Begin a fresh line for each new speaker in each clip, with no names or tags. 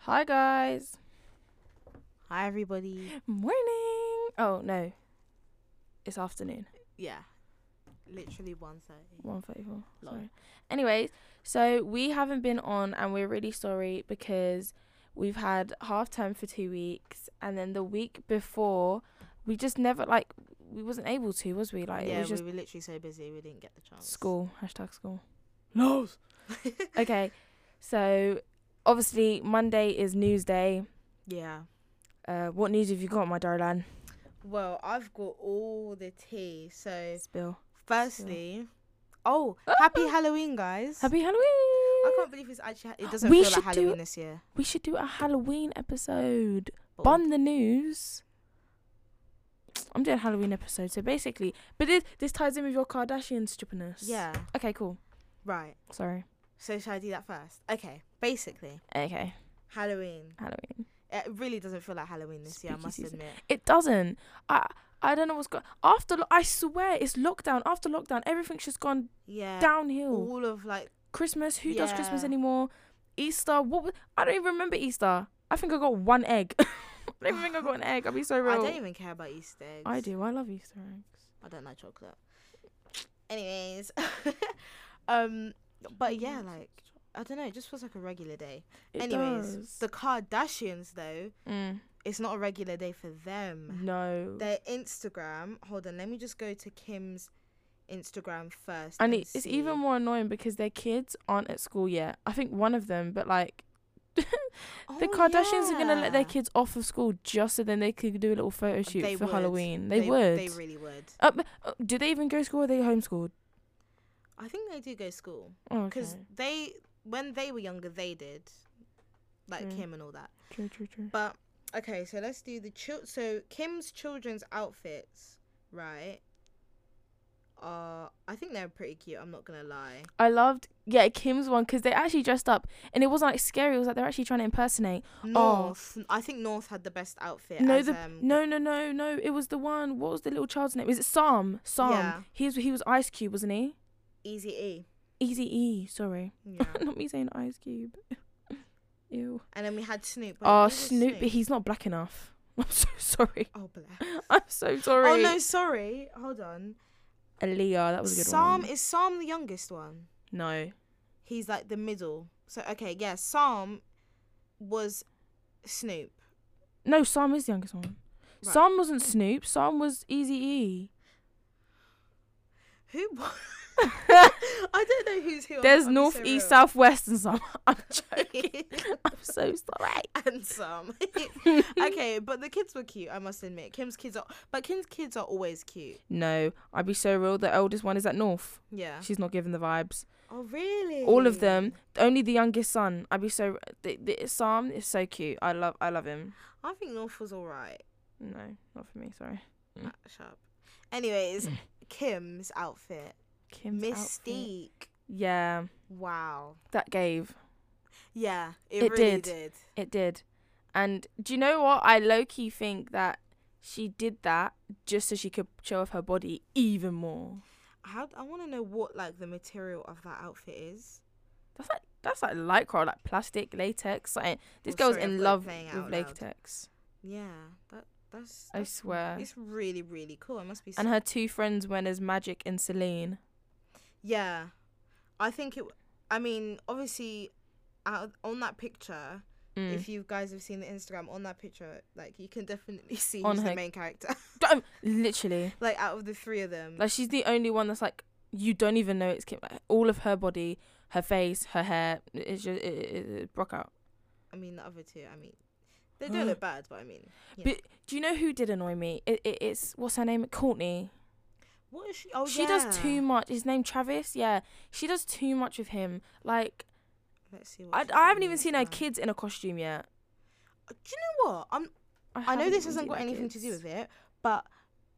Hi guys.
Hi everybody.
Morning. Oh no. It's afternoon.
Yeah. Literally one thirty.
1:34.
Lol.
Sorry. Anyways, so we haven't been on and we're really sorry because we've had half term for 2 weeks and then the week before we just never like we wasn't able to, was we? Like it
yeah,
was just
we were literally so busy we didn't get the chance.
school. Hashtag school. No. okay. So obviously Monday is news day.
Yeah.
Uh what news have you got, my darling?
Well, I've got all the tea. So
Spill.
firstly Oh, happy Halloween guys.
Happy Halloween.
I can't believe it's actually it doesn't
We
feel
should
like
do
Halloween this year.
We should do a Halloween episode.
but
Bun the news. I'm doing a Halloween episode, so basically, but this, this ties in with your Kardashian stupidness.
Yeah.
Okay, cool.
Right.
Sorry.
So should I do that first? Okay. Basically,
Okay,
Halloween.
Halloween.
It really doesn't feel like Halloween this year, I
Spooky
must
season.
admit.
It doesn't. I I don't know what's going. After lo- I swear it's lockdown. After lockdown, everything's just gone
Yeah.
downhill.
all of like
Christmas. Who does Christmas
Yeah.
anymore? Easter. What? Was, I don't even remember Easter. I think I got one egg. I don't even think I got an egg. I'll be so real.
I don't even care about Easter eggs.
I do. I love Easter eggs.
I don't like chocolate. Anyways, um, but yeah, like I don't know, it just feels like a regular day.
It
Anyways,
does.
the Kardashians though,
Mm.
it's not a regular day for them.
No.
Their Instagram, hold on, let me just go to Kim's Instagram first.
and it, it's
see.
even more annoying because their kids aren't at school yet. I think one of them, but like the
Oh,
Kardashians are gonna let their
yeah.
kids off of school just so then they could do a little photo shoot
They
for
would.
Halloween. They, would.
They really would.
Uh, but, uh, do they even go to school? Or are they homeschooled?
I think they do go to school
Oh, okay.
because they when they were younger they did, like
True.
Kim and all that.
True, true, true.
But okay, so let's do the chil- so Kim's children's outfits, right? Uh, I think they're pretty cute. I'm not gonna lie.
I loved yeah Kim's one because they actually dressed up and it wasn't like scary. It was like they're actually trying to impersonate.
North, I think North had the best outfit.
Oh. no,
as,
the
um,
no, no, no, no. It was the one. What was the little child's name? Is it Sam? Sam.
Yeah.
He was he was Ice Cube, wasn't he?
Easy E.
Easy E. Sorry.
Yeah,
Not me saying Ice Cube. Ew.
and then we had Snoop. Wait,
Oh,
who was
Snoop, but he's not black enough. I'm so sorry.
Oh, bless.
I'm so sorry.
Oh no, sorry. Hold on.
Aaliyah, that was a good
Sam
one.
is Sam the youngest one.
No.
He's like the middle. So okay, yeah. Sam was Snoop.
No, Sam is the youngest one.
Right.
Sam wasn't Snoop. Sam was Easy E.
Who? wa- I don't know who's who. I'm-
There's
I'm
north,
so
east,
real.
south, west, and Sam. I'm joking. I'm so sorry.
and some. okay, but the kids were cute. I must admit, Kim's kids are, but Kim's kids are always cute.
No, I'd be so real. The eldest one is at North.
Yeah.
She's not giving the vibes.
Oh really?
All of them. Only the youngest son. I'd be so. The, the, Sam is so cute. I love. I love him.
I think North was alright.
No, not for me. Sorry.
Ah, Shut up. Anyways, Kim's outfit,
Kim's outfit.
Mystique.
Yeah,
Wow.
that gave.
Yeah, it,
It
really
did.
did.
It did. And do you know what? I low key think that she did that just so she could show off her body even more.
How I want to know what like the material of that outfit is.
That's like that's like lycra, like plastic, latex. Like this
Oh,
girl's
sorry,
in
I've got it
love
playing
with
out loud.
latex.
Yeah, that that's.
I
that's-
swear.
It's really really cool. It must be. so
And her two friends went as Magic and Celine.
Yeah, I think it. I mean, obviously, out, on that picture,
Mm.
if you guys have seen the Instagram on that picture, like you can definitely see
On
who's
her-
the main character.
Don't- literally,
like out of the three of them,
like she's the only one that's like you don't even know it's Kim. Like, all of her body, her face, her hair. It's just it, it, it broke out.
I mean the other two. I mean, they don't look bad, but I mean, Yeah.
But do you know who did annoy me? It, it, it's what's her name? Courtney.
what is she? Oh,
she does
yeah.
too much. His name Travis. Yeah, she does too much with him. Like
Let's see. What
I,
she's
I
got
haven't
on
even
the
seen her
Instagram.
kids in a costume yet.
Do you know what? I'm. I know
haven't
this
even
hasn't
seen
got
her
anything to do
kids.
with it, but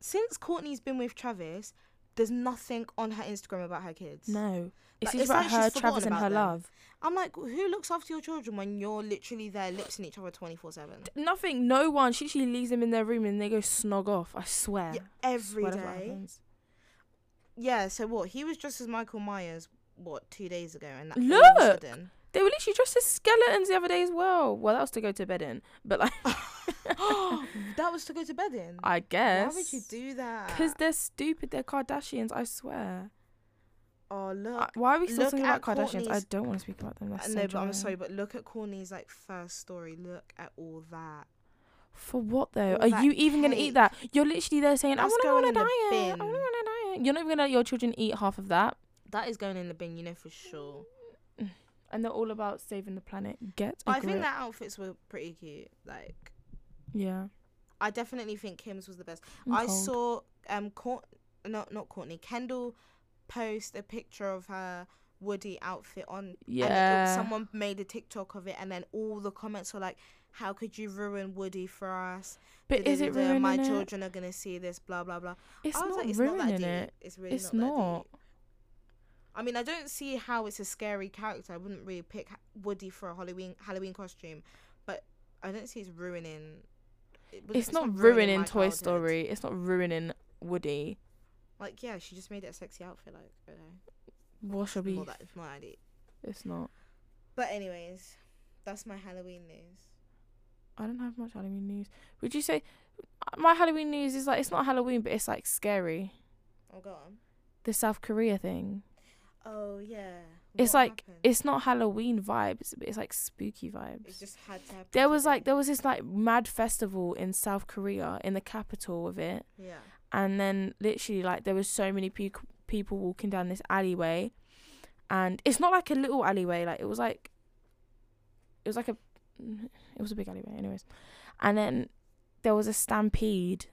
since Courtney's been with Travis, there's nothing on her Instagram about her kids.
No, it's
Like,
just
it's
about
like she's
her,
forgotten
Travis, and
about
her
them.
love.
I'm like, who looks after your children when you're literally there lips in each other 24 7?
Nothing. No one. She actually leaves them in their room and they go snog off. I swear.
Yeah, every
Swear to God,
day.
happens.
Yeah, so what? He was just as Michael Myers, what, two days ago? And that all of a
Look!
sudden-
They were literally dressed as skeletons the other day as well. Well, that was to go to bed in, but like,
that was to go to bed in.
I guess.
Mm. Why would you do that?
Because they're stupid. They're Kardashians. I swear.
oh look,
I- why are we still
look
talking about
at
Kardashians? I
Kourtney's-
don't want to speak about them. That's
Uh,
so
no, but I'm
dry.
sorry, but look at Courtney's like first story. Look at all that.
For what though?
All
Are
that
you even gonna eat
cake.
that? You're literally there saying, "I
That's
want to go on a
going
diet.
in the
I want to go
bin.
on a diet." You're not even gonna let your children eat half of that.
That is going in the bin, you know for sure.
And they're all about saving the planet. Get a
But I think
grip.
that outfits were pretty cute. Like,
yeah.
I definitely think Kim's was the best.
I'm
I
cold.
saw um Court, not not Courtney, Kendall post a picture of her Woody outfit on. And it-
Yeah.
someone made a TikTok of it, and then all the comments were like, "How could you ruin Woody for us?"
But is it
Da-da-da-da,
ruining
uh, My
it?
children are gonna see this. Blah blah blah.
It's
I was
not
like, it's
ruining
not that deep.
it.
It's really
It's
not. that
not.
deep. I mean, I don't see how it's a scary character. I wouldn't really pick Ha- Woody for a Halloween Halloween costume, but I don't see it's ruining. it wouldn't-
It's, not,
ruining
ruining
my
Toy
childhood.
Story. It's not ruining Woody.
Like, yeah, she just made it a sexy outfit. Like, okay,
What shall
it's
be?
not that, it's not that deep.
It's not.
But anyways, that's my Halloween news.
I don't have much Halloween news. Would you say uh, my Halloween news is like it's not Halloween, but it's like scary.
Oh, go on.
The South Korea thing.
Oh yeah.
it's
What
like
happened?
it's not Halloween vibes, but it's like spooky vibes.
It just had to happen.
there
to
was
them.
like there was this like mad festival in South Korea in the capital of it,
yeah.
and then literally like there was so many pe- people walking down this alleyway, and it's not like a little alleyway like it was like it was like a it was a big alleyway anyways, and then there was a stampede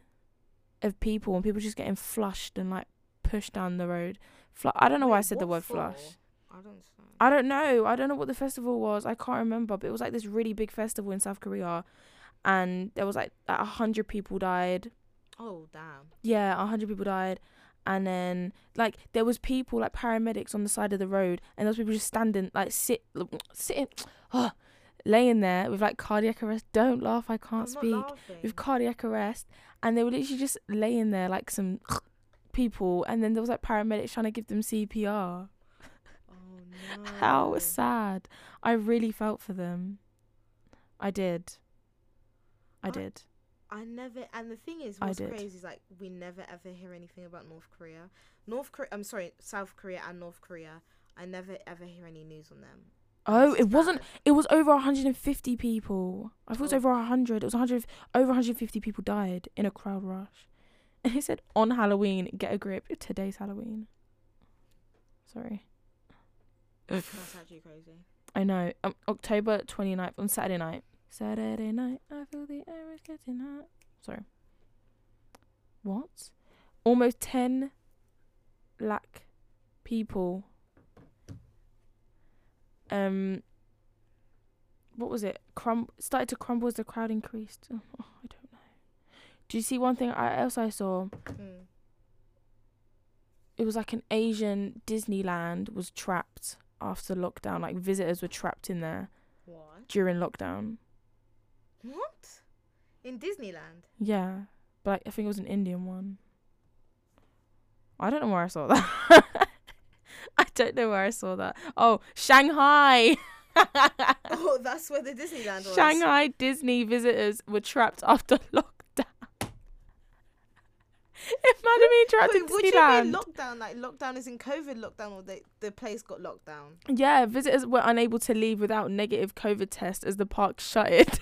of people and people just getting flushed and like pushed down the road. Flu- I don't know why I
Wait,
said the
what
word
for?
flush.
I don't understand.
I don't know. I don't know what the festival was. I can't remember, but it was like this really big festival in South Korea, and there was like a hundred people died.
Oh damn.
Yeah, a hundred people died, and then like there was people like paramedics on the side of the road, and those people just standing like sit sitting, laying there with like cardiac arrest. Don't laugh. I can't
I'm not
speak
laughing.
with cardiac arrest and they were literally just laying there like some people and then there was like paramedics trying to give them cpr
Oh no.
how sad i really felt for them i did i
I-
did
I never. And the thing is,
I
what's
did.
crazy is like we never ever hear anything about North Korea. North Korea. I'm sorry, South Korea and North Korea. I never ever hear any news on them.
oh
This is
it wasn't
bad.
it was over 150 people i thought it was
Oh.
over 100 it was 100 over 150 people died in a crowd rush and it said on halloween get a grip today's halloween sorry
That's actually crazy.
I know. Um, October 29th on Saturday night. Saturday night, I feel the air is getting hot. Sorry. What? Almost 10 lakh people. Um, what was it? Crum started to crumble as the crowd increased. Oh, oh, I don't know. Do you see one thing I, else I saw?
Mm.
it was like an Asian Disneyland was trapped after lockdown. Like visitors were trapped in there
What?
during lockdown.
What? In Disneyland.
Yeah, but like, I think it was an Indian one. I don't know where I saw that. I don't know where I saw that. Oh, Shanghai.
oh, that's where the Disneyland was.
Shanghai Disney visitors were trapped after lockdown. Imagine being trapped
Wait,
in
what do you mean
Disneyland.
lockdown? Like lockdown is in COVID lockdown, or the the place got locked down.
Yeah, visitors were unable to leave without negative COVID test as the park shut it.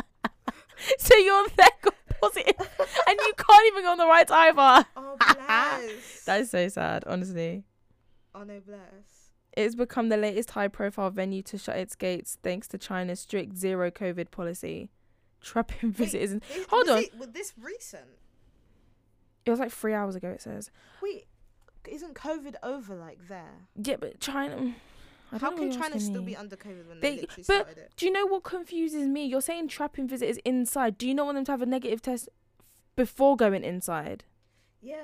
so you're there got positive and you can't even go on the rides either.
Oh bless.
That is so sad, honestly.
oh no, bless.
It has become the latest high profile venue to shut its gates thanks to China's strict zero COVID policy. Trapping visitors in
Is-
Hold
was
on.
It, was this recent?
it was like three hours ago it says.
Wait, isn't COVID over like there?
Yeah, but China mm, I don't
How
know
can
what you're
China
asking
still
me.
be under COVID when they,
They- but-
literally started it?
Do you know what confuses me? You're saying trapping visitors inside. Do you not want them to have a negative test before going inside?
Yeah.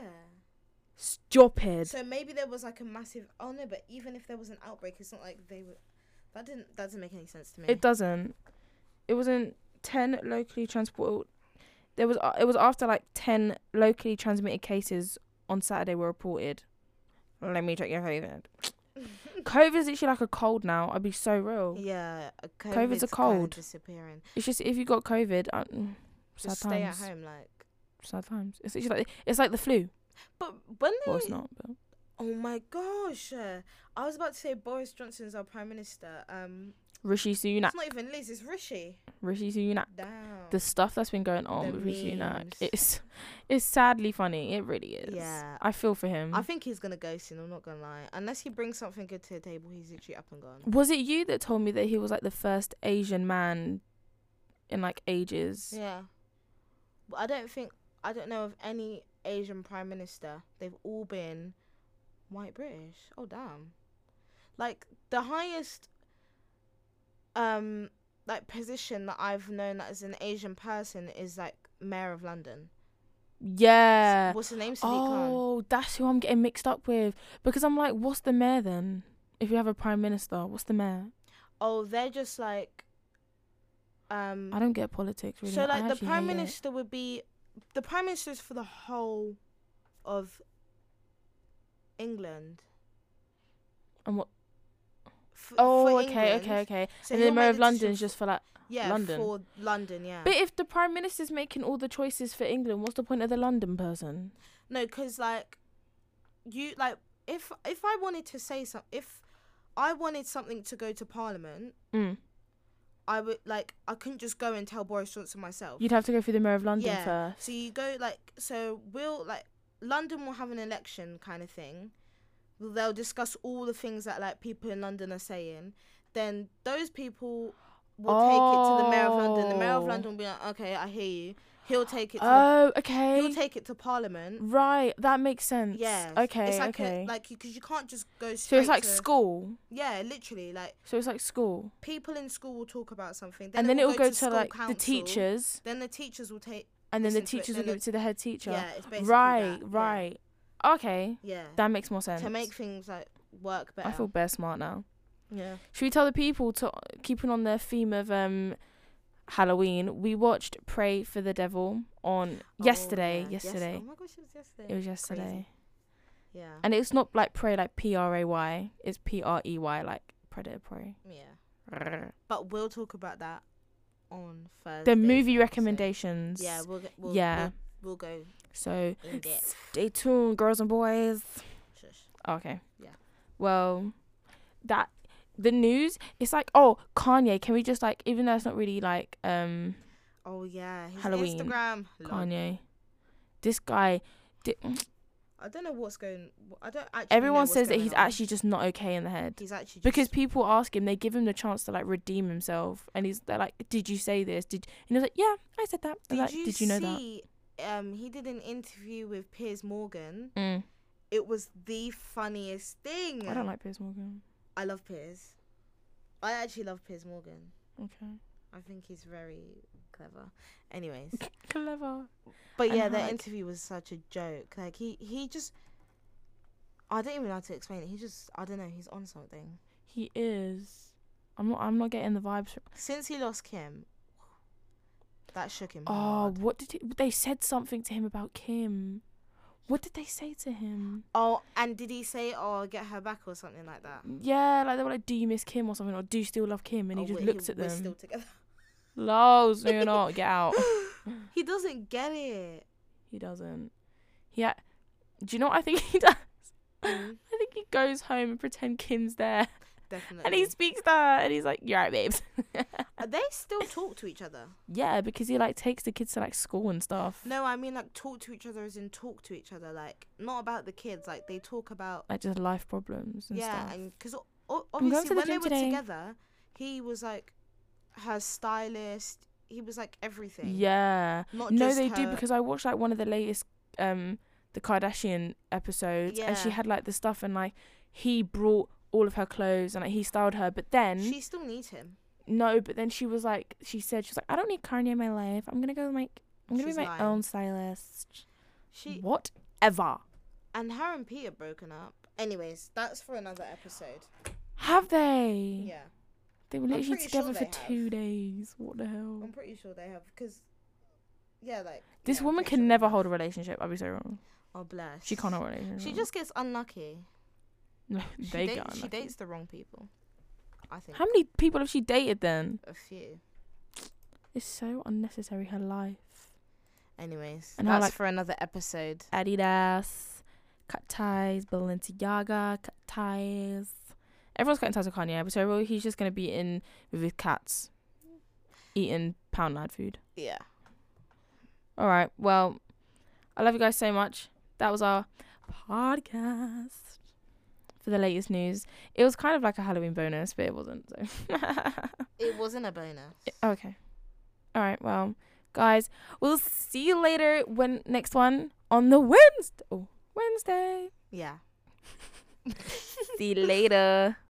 Stop it.
So maybe there was like a massive. Oh no, but even if there was an outbreak, it's not like they were. That didn't. That doesn't make any sense to me.
It doesn't. It wasn't ten locally transported. There was it was after like ten locally transmitted cases on Saturday were reported. Let me check your COVID. COVID's literally like a cold now. I'd be so real.
yeah, uh,
COVID's a
kinda
cold.
disappearing.
It's just if you got COVID, uh, mm, sad
Just
times.
stay at home, like.
Sad times. It's literally like it's like the flu.
But when they,
Well, it's not. But
oh my gosh, uh, I was about to say Boris Johnson's our prime minister. Um,
Rishi Sunak.
it's not even Liz, it's Rishi.
Rishi Sunak.
Down.
The stuff that's been going on
The
with Rishi Sunak.
memes.
It's it's sadly funny. It really is.
Yeah.
I feel for him.
I think he's gonna go soon. I'm not gonna lie. Unless he brings something good to the table, he's literally up and gone.
Was it you that told me that he was like the first Asian man in like ages?
Yeah. But I don't think I don't know of any Asian prime minister. They've all been white British. Oh damn. Like the highest um like position that I've known as an Asian person is like mayor of London. S-
Yeah.
What's the name? Sadiq Khan.
Uh, Oh, that's who I'm getting mixed up with because I'm like, what's the mayor then? If you have a prime minister, what's the mayor?
Oh, they're just like um
I don't get politics really.
So
I
like the
actually
prime
hate it.
minister would be the prime minister is for the whole of England.
And what?
F-
Oh,
for
okay,
England.
okay, okay.
So
and then
he'll
mayor
make
of
the decision
London's just for like.
f- yeah
London.
for London, yeah.
But if the prime minister's making all the choices for England, what's the point of the London person?
no, because like you like if if I wanted to say something, if I wanted something to go to Parliament,
Mm.
I would like I couldn't just go and tell Boris Johnson myself.
You'd have to go through the mayor of London
Yeah,
first.
So you go like so we'll like London will have an election kind of thing. They'll discuss all the things that like people in London are saying. Then those people will take it to the mayor of London. The mayor of
Oh.
London will be like, okay, I hear you. He'll take it. To
Oh,
the,
okay.
he'll take it to Parliament.
Right, that makes sense.
Yeah.
Okay.
It's like
okay.
A, like because you can't just go
so
straight.
it's like
to,
school.
Yeah, literally. Like
So it's like school,
people in school will talk about something,
and then it will go, to,
school
like
council,
the teachers,
Then the teachers will take.
and then the
listen to it,
teachers
then
will give
the-
it to the head teacher.
Yeah, it's basically
right.
that, yeah.
Right. Okay.
Yeah.
That makes more sense.
to make things like work better.
I feel better smart now.
yeah.
Should we tell the people to keeping on their theme of um Halloween? We watched Pray for the Devil on yesterday. Yesterday.
Oh my gosh, it was yesterday.
It was yesterday.
yeah.
And it's not like pray like P R A Y. It's P R E Y like predator prey.
yeah. But we'll talk about that on Thursday.
The movie recommendations.
Yeah, we'll get. We'll,
Yeah.
We'll, we'll go
So
in depth.
stay tuned, girls and boys.
Shush.
Okay.
Yeah.
Well, that the news. It's like oh Kanye. Can we just like even though it's not really like um
Oh yeah. His
Halloween.
Instagram. Lol.
Kanye. This guy. Di-
I don't know what's going. I don't actually. know
everyone
what's
says that
going
he's
on.
actually just not okay in the head.
He's actually just,
because people ask him, they give him the chance to like redeem himself, and he's they're like, "Did you say this? Did?" And he's like, "Yeah, I said that." Did like, did you know
see? Um, he did an interview with Piers Morgan.
that? Mm.
It was the funniest thing.
I don't like Piers Morgan.
I love Piers. I actually love Piers Morgan.
Okay,
I think he's very clever. Anyways,
clever.
but
And
yeah, that
like-
interview was such a joke. Like he he just I don't even know how to explain it. He just I don't know, he's on something.
He is. I'm not. I'm not getting the vibes. From-
Since he lost Kim, that shook him.
oh,
hard.
what did he- they said something to him about Kim? What did they say to him?
Oh, and did he say oh get her back or something like that?
Yeah, like they were like, "Do you miss Kim or something?" or "Do you still love Kim?" And
Oh,
he just
we're-
looked at
we're
them.
still together.
Lols, no, you're not. Get out.
he doesn't get it.
He doesn't. He. Ha- Do you know what I think he does?
Mm,
I think he goes home and pretend Kim's there,
Definitely.
and he speaks to her, and he's like, "You're right, babes."
they still talk to each other.
yeah, because he like takes the kids to like school and stuff.
No, I mean like talk to each other as in talk to each other, like not about the kids. Like they talk about
Like just life problems and
yeah,
stuff.
and because o-
going to
obviously
the
when they
gym
were
today.
together, he was like her stylist. He was like everything.
yeah.
Not
No,
just
they do
her-
because I watched like one of the latest um the Kardashian episodes, and she
Yeah.
had like the stuff, and like he brought all of her clothes and like he styled her, but then
she still needs him.
no, but then she was like, she said she's like, "I don't need Kanye in my life. I'm gonna go with my, I'm gonna
She's
be my
lying.
own stylist."
She
Whatever.
and her and Peter broken up. Anyways, that's for another episode.
Have they?
Yeah,
They were
I'm
literally
pretty sure
together
they
for
have.
two days. What the hell?
I'm pretty sure they have because yeah, like
this
yeah, I'm
woman
pretty sure
can
they
never
have.
hold a relationship. I'd be so wrong.
Oh bless.
She can't hold a relationship.
She just gets unlucky.
No,
She,
they
date-
can't.
she
I think.
dates the wrong people. I think
How many people have she dated then?
a few.
It's so unnecessary. Her life.
Anyways,
And I
that's
like-
for another episode.
Adidas, cut ties. Balenciaga, cut ties. Everyone's cutting ties with Kanye, but so everyone- he's just gonna be in with his cats, eating pound lad food.
Yeah.
All right. Well, I love you guys so much. That was our podcast for the latest news. It was kind of like a Halloween bonus, but it wasn't. So.
It wasn't a bonus.
okay. All right. Well, guys, we'll see you later when next one on the Wednesday. Oh, Wednesday.
Yeah.
See you later.